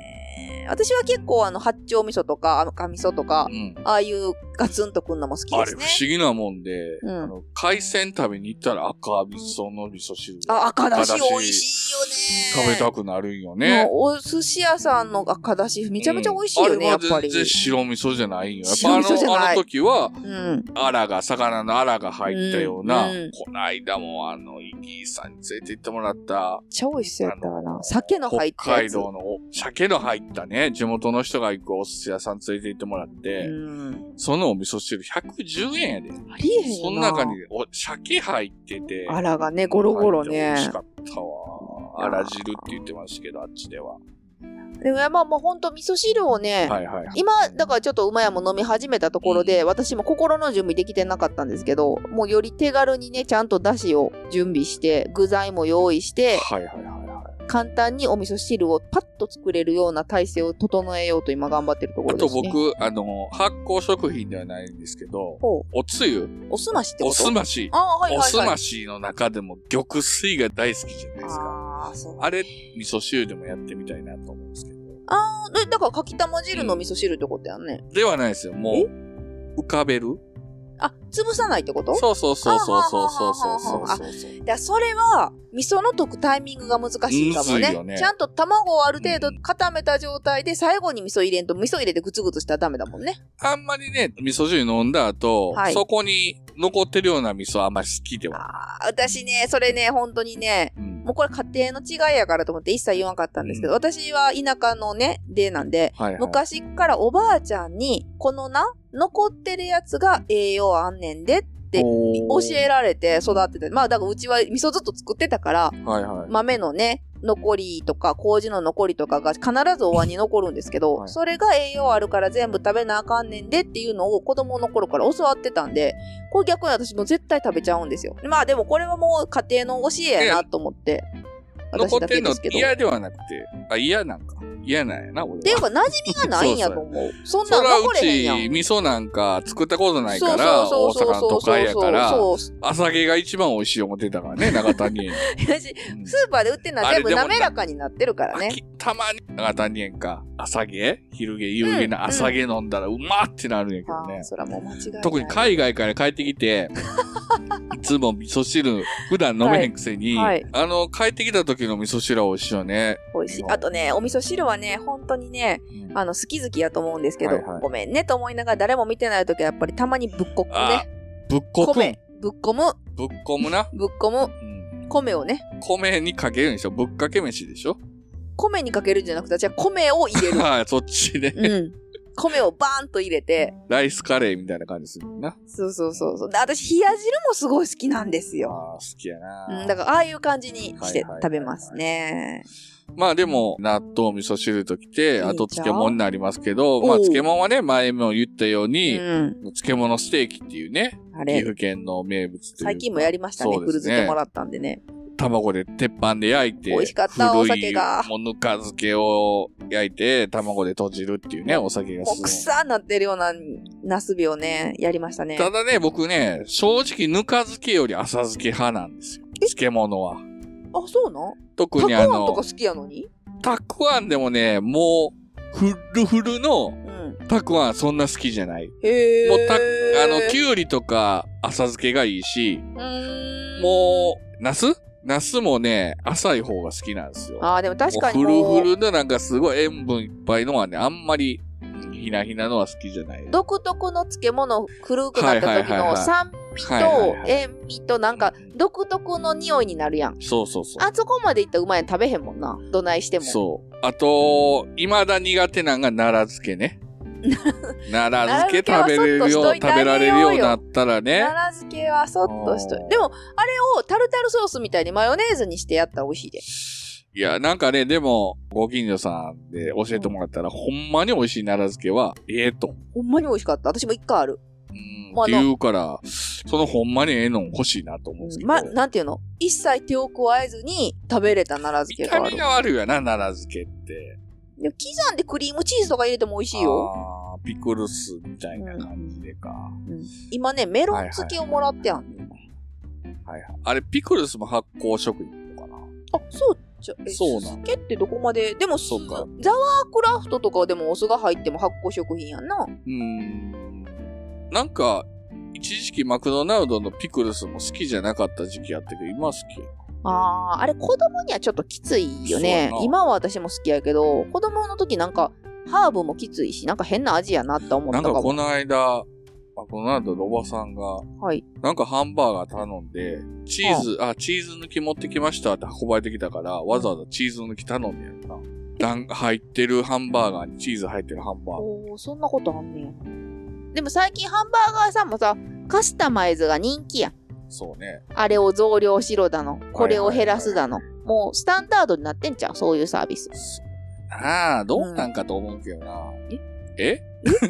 Speaker 2: ね私は結構あの、八丁味噌とか赤味噌とか
Speaker 1: う、ん。
Speaker 2: ああいうガツンとくんのも好き
Speaker 1: あ
Speaker 2: で
Speaker 1: れ不
Speaker 2: すね
Speaker 1: 思。議なもんで、
Speaker 2: うん
Speaker 1: あの海鮮食べに行ったら赤味噌の味噌汁
Speaker 2: あ赤だし
Speaker 1: 赤だし
Speaker 2: 美味しいよね。
Speaker 1: 食べたくなるんよ
Speaker 2: も
Speaker 1: ね。
Speaker 2: うお寿司屋さんの赤だしめちゃめちゃ美味しいよね、
Speaker 1: うん
Speaker 2: や
Speaker 1: あ
Speaker 2: っ
Speaker 1: れは
Speaker 2: ぱり。
Speaker 1: 全然白味噌じゃないんよ。やっぱ
Speaker 2: 白
Speaker 1: あ
Speaker 2: 味噌じゃ
Speaker 1: の、
Speaker 2: ない
Speaker 1: あの時は、
Speaker 2: うん。
Speaker 1: アラが、魚のアラが入ったような、
Speaker 2: うんうん
Speaker 1: こないだもあの、イギーさんに連れて行ってもらった、
Speaker 2: めっちゃ美味しそうやったか
Speaker 1: あ
Speaker 2: な
Speaker 1: の。
Speaker 2: 鮭の入った
Speaker 1: 北
Speaker 2: や
Speaker 1: 海
Speaker 2: つ。
Speaker 1: 道のお、鮭の入ったね、地元の人が行くお寿司屋さん連れて行ってもらって、
Speaker 2: うん。
Speaker 1: そのお味噌汁110円やで。
Speaker 2: ありえへんよな。
Speaker 1: その中にお鮭入ってて、
Speaker 2: あらがね、ゴロゴロ
Speaker 1: 美味し
Speaker 2: ね。
Speaker 1: かったわ。あら汁って言ってましたけど、あっちでは。
Speaker 2: でもまあまあほんと味噌汁をね、
Speaker 1: はいはいはい。
Speaker 2: 今、だからちょっと馬屋も飲み始めたところで、私も心の準備できてなかったんですけど、もうより手軽にね、ちゃんと出汁を準備して、具材も用意して、
Speaker 1: はいはいはいは
Speaker 2: 簡単にお味噌汁をパッと作れるような体制を整えようと今頑張ってるとこ
Speaker 1: い。あ
Speaker 2: ろ
Speaker 1: と
Speaker 2: ですね。
Speaker 1: 僕、あの、発酵食品ではないんですけど、
Speaker 2: ほう
Speaker 1: おつゆ、
Speaker 2: おすましってこ
Speaker 1: お
Speaker 2: と
Speaker 1: すまし、
Speaker 2: ああ、はいはい、
Speaker 1: お
Speaker 2: はい。
Speaker 1: すましの中でも玉水が大好きじゃないですか。
Speaker 2: ああ、そう。
Speaker 1: あれ、味噌汁でもやってみたいなと思うんですけど。
Speaker 2: でだから、かきたま汁の味噌汁ってことやね。
Speaker 1: ではないですよ。もう、浮かべる
Speaker 2: あ、潰さないってこと
Speaker 1: そうそうそうそうそうそうそう
Speaker 2: あは
Speaker 1: そ
Speaker 2: は
Speaker 1: う
Speaker 2: はは
Speaker 1: そうそう。
Speaker 2: だからそれは味噌の溶くタイミングが難しいか
Speaker 1: む
Speaker 2: も
Speaker 1: ず
Speaker 2: ね
Speaker 1: いよね
Speaker 2: ちゃんと卵をある程度固めた状態で最後に味噌入れんと味噌入れてグツグツしたらダメだもんね
Speaker 1: あんまりね、味噌汁飲んだ後、
Speaker 2: はい
Speaker 1: そこに残ってるような味噌あんまり好きではない。
Speaker 2: あー私ねそれね本当にね
Speaker 1: うん
Speaker 2: もうこれ家庭の違いやからと思って一切言わんかったんですけど、
Speaker 1: うん
Speaker 2: 私は田舎のね例なんで
Speaker 1: はいはい。
Speaker 2: 昔からおばあちゃんにこのな残ってるやつが栄養あんねんでって教
Speaker 1: 教
Speaker 2: えられて育っててまあだからうちは味噌ずっと作ってたから
Speaker 1: はいはい。
Speaker 2: 豆のね残りとか麹の残りとかが必ずお椀に残るんですけど、
Speaker 1: はい
Speaker 2: それが栄養あるから全部食べなあかんねんでっていうのを子供の頃から教わってたんでこれ逆に私も絶対食べちゃうんですよまあでもこれはもう家庭の教えやなと思って
Speaker 1: 残
Speaker 2: 私
Speaker 1: っ
Speaker 2: だ
Speaker 1: て
Speaker 2: け
Speaker 1: んの
Speaker 2: ですけどっ
Speaker 1: 嫌ではなくて、あ、嫌なんか。嫌なんやな、俺
Speaker 2: ていう
Speaker 1: は。
Speaker 2: か馴染みがないんやと思うそ ん
Speaker 1: そ
Speaker 2: なん
Speaker 1: らう
Speaker 2: 残れへんやん
Speaker 1: ち、味噌なんか作ったことないから、大阪の都会やから、
Speaker 2: そうそ
Speaker 1: 朝毛が一番美味しい思ってたからね、長 谷園。
Speaker 2: う私
Speaker 1: うん
Speaker 2: スーパーで売ってるのは全部
Speaker 1: あれでもな
Speaker 2: 滑らかになってるからね
Speaker 1: 秋たまに長谷園か、朝毛昼毛、夕毛
Speaker 2: う
Speaker 1: の
Speaker 2: ん
Speaker 1: 朝毛飲んだらうまってなるんやけど
Speaker 2: あ
Speaker 1: ね
Speaker 2: ー。そらもう間違いない
Speaker 1: 特に海外から帰ってき て、いつも味噌汁、普段飲めへんくせに、
Speaker 2: はいはい
Speaker 1: あの、帰ってきた時の味噌汁は美味しいよね。
Speaker 2: 美味しい。あとね、お味噌汁はね、本当にね、あの、好き好きやと思うんですけど、
Speaker 1: はいはい
Speaker 2: ごめんねと思いながら誰も見てない時はやっぱりたまにぶっこく
Speaker 1: あ
Speaker 2: ね。
Speaker 1: ぶっこくん。
Speaker 2: 米。ぶっこむ、
Speaker 1: ぶっこむな。
Speaker 2: ぶっこむ、
Speaker 1: うん
Speaker 2: 米をね。
Speaker 1: 米にかけるんでしょぶっかけ飯でしょ
Speaker 2: 米にかけるんじゃなくて、じゃあ米を入れ る。
Speaker 1: はい、そっちね。
Speaker 2: うん。米をバーンと入れて、
Speaker 1: ライスカレーみたいな感じするもんな。
Speaker 2: そうそうそうそう。で、私、冷や汁もすごい好きなんですよ。
Speaker 1: ああ、好きやな、
Speaker 2: うん、だから、ああいう感じにし
Speaker 1: は
Speaker 2: て
Speaker 1: いはいはいはい
Speaker 2: 食べますね。
Speaker 1: まあでも、納豆、味噌汁ときて、
Speaker 2: いんちゃう
Speaker 1: あと漬物になりますけど、まあ
Speaker 2: おう
Speaker 1: 漬物はね、前も言ったよう
Speaker 2: う
Speaker 1: に、
Speaker 2: ん。
Speaker 1: 漬物ステーキっていうね、
Speaker 2: あ
Speaker 1: 岐
Speaker 2: れ、
Speaker 1: 阜県の名物というか
Speaker 2: 最近もやりましたね。
Speaker 1: そうで
Speaker 2: ふる
Speaker 1: す
Speaker 2: ずって
Speaker 1: ね
Speaker 2: も。らったんでね。
Speaker 1: 卵で鉄板で焼いて、
Speaker 2: 美味しかった
Speaker 1: 古い
Speaker 2: お酒が
Speaker 1: もうぬか漬けを焼いて、卵で閉じるっていうね、お酒が
Speaker 2: もう、
Speaker 1: す
Speaker 2: 草になってるような、ナスビをね、やりました
Speaker 1: ご
Speaker 2: ね
Speaker 1: い。。ただね、僕ね、正直ぬか漬けより浅漬け派なんですよ。漬物は。
Speaker 2: あ、そうなん
Speaker 1: 特
Speaker 2: た
Speaker 1: にあ
Speaker 2: くあんと
Speaker 1: の
Speaker 2: か好、きやのに
Speaker 1: たくあんでもね、もう、フルフルの
Speaker 2: うん。
Speaker 1: たくあんそんな好きじゃない。
Speaker 2: へえ。
Speaker 1: もうた、あの、きゅうりとか浅漬けがいいし、
Speaker 2: うーん
Speaker 1: もう、ナスナスもね、浅い方が好きなんですよ。
Speaker 2: ああ、でも確かに
Speaker 1: もう
Speaker 2: もう。
Speaker 1: フルフルのなんかすごい塩分いっぱいのはね、あんまりひなひなのは好きじゃない。
Speaker 2: 独特の漬物古くなった時
Speaker 1: はいはいはいは
Speaker 2: の
Speaker 1: い
Speaker 2: 酸味
Speaker 1: はいはい
Speaker 2: と
Speaker 1: はい
Speaker 2: 塩味となんか独特の匂いになるやん。
Speaker 1: そうそうそう。
Speaker 2: あそこまでいったらうまいの食べへんもんな。どないしても。
Speaker 1: そう。あと、いまだ苦手なんが奈良漬け ね。奈良漬け食べれるよう、食べられるようになったらね。
Speaker 2: 奈良漬けはそっとしといて。でも、あれをタルタルソースみたいにマヨネーズにしてやったら美味しいで。
Speaker 1: いや、なんかね、でも、ご近所さんで教えてもらったら、ほんまに美味しい奈良漬けは、ええと。
Speaker 2: ほんまに美味しかった。私も一回ある。
Speaker 1: うん
Speaker 2: まあ
Speaker 1: っていうから、そのほんまにええの欲しいなと思うんですけど。
Speaker 2: ま、なんていうの一切手を加えずに食べれた奈良漬け
Speaker 1: 見
Speaker 2: が
Speaker 1: た
Speaker 2: あ
Speaker 1: 目
Speaker 2: る。
Speaker 1: が悪いよな、奈良漬けって。
Speaker 2: でも刻んでクリームチーズとか入れても美味しいよ。
Speaker 1: あーピクルスみたいな感じでか。
Speaker 2: 今ね、メロン漬けをもらってあんねん。
Speaker 1: はいはい。あれ、ピクルスも発酵食品なのかな
Speaker 2: あ、そうじゃ、え
Speaker 1: そうなの
Speaker 2: 酢漬けってどこまででも、す
Speaker 1: そ
Speaker 2: ザ
Speaker 1: うか
Speaker 2: ワークラフトとかでもお酢が入っても発酵食品やんな。
Speaker 1: うーん。なんか、一時期マクドナルドのピクルスも好きじゃなかった時期あったけど、今好きや。
Speaker 2: あー、あれ子供にはちょっときついよね
Speaker 1: そうや。な
Speaker 2: 今は私も好きやけど、子供の時なんか、ハーブもきついし、なんか変な味やなって思っ
Speaker 1: な
Speaker 2: た
Speaker 1: ん
Speaker 2: か
Speaker 1: か
Speaker 2: も。
Speaker 1: この間、マクドナルドのおばさんが、
Speaker 2: はい。
Speaker 1: なんかハンバーガー頼んで、チーズ、あ、チーズ抜き持ってきましたって運ばれてきたから、わざわざチーズ抜き頼んでやるな。なん入ってるハンバーガーにチーズ入ってるハンバーガー。
Speaker 2: おー、そんなことあんねや。でも最近ハンバーガーさんもさ、カスタマイズが人気やん。
Speaker 1: そうね。
Speaker 2: あれを増量しろだの、これを減らすだの。もうスタンダードになってんじゃん、そういうサービス。
Speaker 1: ああ、どうなんかと思うけどな。え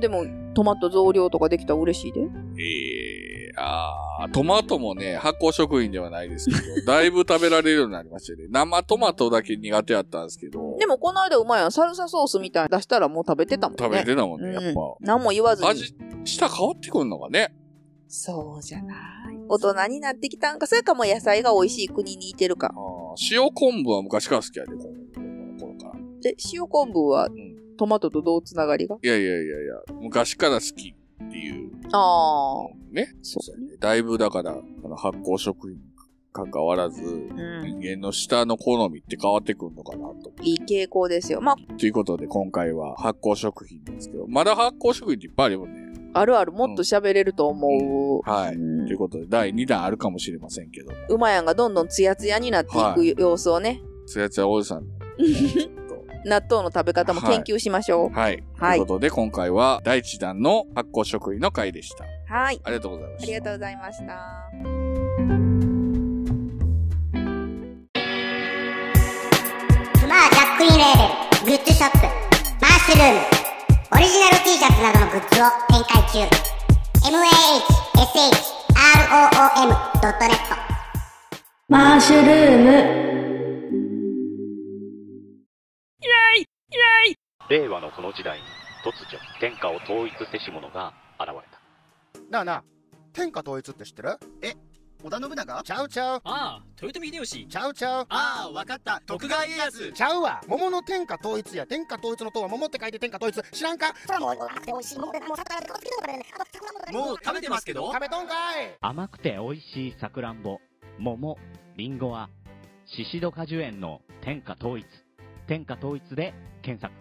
Speaker 2: でも、トマト増量とかできたら嬉しいで。
Speaker 1: えー、あートマトもね、発酵食品ではないですけど、だいぶ食べられるようになりましたね。生トマトだけ苦手やったんですけど、
Speaker 2: でもこの間うまいやん。サルサソースみたいに出したらもう食べてたもんね。
Speaker 1: 食べてたもん
Speaker 2: う
Speaker 1: ね、
Speaker 2: ん、
Speaker 1: やっ
Speaker 2: 何も言わず
Speaker 1: ぱ。
Speaker 2: に。
Speaker 1: 味、舌変わってくるのがね。
Speaker 2: そうじゃない。大人になってきたんか。それかもう野菜が美味しい国にいてるか
Speaker 1: あ。ー塩昆布は昔から好きやで、この頃から。
Speaker 2: で、塩昆布は
Speaker 1: ん
Speaker 2: トマトとどうつながりが
Speaker 1: いやいやいやいや、昔から好きっていう
Speaker 2: ああ。
Speaker 1: ね。
Speaker 2: そうだね。
Speaker 1: だいぶだから、あの発酵食品に関わらず、
Speaker 2: う
Speaker 1: 人
Speaker 2: ん。
Speaker 1: 間の舌の好みって変わってくるのかなと。
Speaker 2: いい傾向ですよ。ま
Speaker 1: ということで、今回は発酵食品なんですけど、まだ発酵食品っていっぱいあるよね。
Speaker 2: あ、あるあるもっと喋れると思う。
Speaker 1: はい。
Speaker 2: うん
Speaker 1: ということで、第2弾あるかもしれませんけど、
Speaker 2: うまやんがどんどんツヤツヤになっていく様子をね、
Speaker 1: つやつやおじさんの。
Speaker 2: 納豆の食べ方も研究しましょ
Speaker 1: はい。
Speaker 2: はい
Speaker 1: ということで、今回は第1弾の発酵食品の回でした。
Speaker 2: う。はい。
Speaker 1: ありがとうございま
Speaker 2: あ
Speaker 1: した
Speaker 2: りが。とうございました。
Speaker 6: まあ、ジャックインレーベル、グッズショップ、マッシュルーム、オリジナル T シャツなどのグッズを展開中。mahshroom.net
Speaker 7: マッシュルーム
Speaker 8: 令和のこの時代に突如天下を統一せし者が現れた
Speaker 9: なあなあ、天下統一って知ってるえ、織田信長ちゃうちゃう。
Speaker 10: ああ、豊臣秀吉。
Speaker 9: ちゃうちゃう。
Speaker 10: ああ、わかった。徳川家康。
Speaker 9: ちゃうわ。桃の天下統一や。天下統一の塔は桃って書いて天下統一。知らんか
Speaker 10: もう食べてますけど
Speaker 9: 食。べとんかい
Speaker 11: 甘くて美味しいさくらんぼ、桃、りんごは、シシド果樹園の天下統一。天下統一で検索。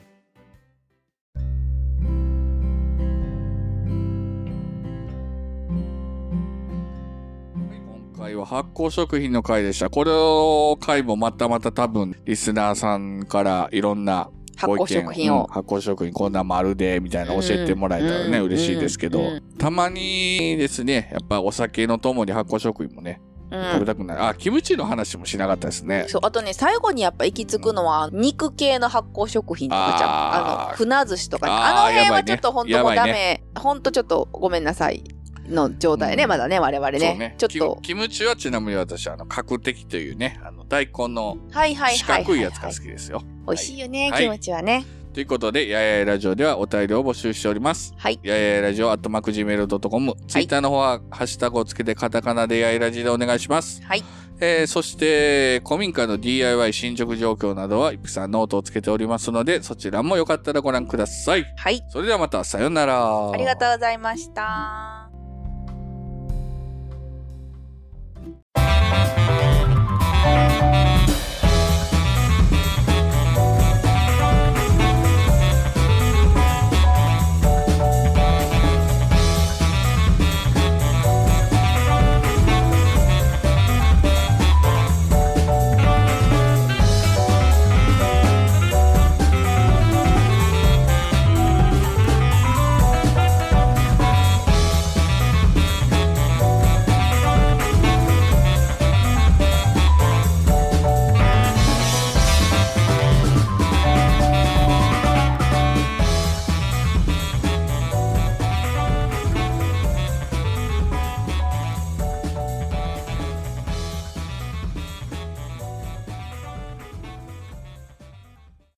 Speaker 1: 今回は発酵食品の回でした。これを回もまたまた多分、リスナーさんからいろんな
Speaker 2: 発酵食品
Speaker 1: うん
Speaker 2: を。
Speaker 1: 発酵食品こんなんもあるでみたいなの教えてもらえたらね、
Speaker 2: うん
Speaker 1: 嬉しいですけど、
Speaker 2: うん
Speaker 1: たまにですねやっぱお酒のともに発酵食品もね、
Speaker 2: うん
Speaker 1: 食べたくなるあキムチの話もしなかったですね
Speaker 2: そうあとね最後にやっぱ行き着くのは肉系の発酵食品とかじゃん
Speaker 1: あー
Speaker 2: あの船寿司とかね
Speaker 1: あー
Speaker 2: あの辺
Speaker 1: やばい
Speaker 2: は
Speaker 1: ね
Speaker 2: ちょっと本当も
Speaker 1: や
Speaker 2: うダ
Speaker 1: ばい
Speaker 2: メ、本当ちょっとごめんなさいの状態ね、
Speaker 1: うん
Speaker 2: まだね我々ね
Speaker 1: そうね
Speaker 2: ちょっと
Speaker 1: キキムチはちなみに私あの角的というねあの大根の
Speaker 2: はいはい
Speaker 1: 四
Speaker 2: はい
Speaker 1: 角
Speaker 2: はいい
Speaker 1: やつが好きですよ、
Speaker 2: 美味しいよね、
Speaker 1: はい
Speaker 2: キムチはね
Speaker 1: ということでやややラジオではお便りを募集しております
Speaker 2: はい
Speaker 1: やややラジオアットマーク Gmail.com、ツイッターの方はハッシュタグをつけてカタカナでややラジでお願いします
Speaker 2: はい
Speaker 1: えーそして、古民家の DIY 進捗状況などは、イプさんノートをつけておりますので、そちらもよかったらご覧ください。
Speaker 2: はい
Speaker 1: それではまた、さようなら。
Speaker 2: ありがとうございました。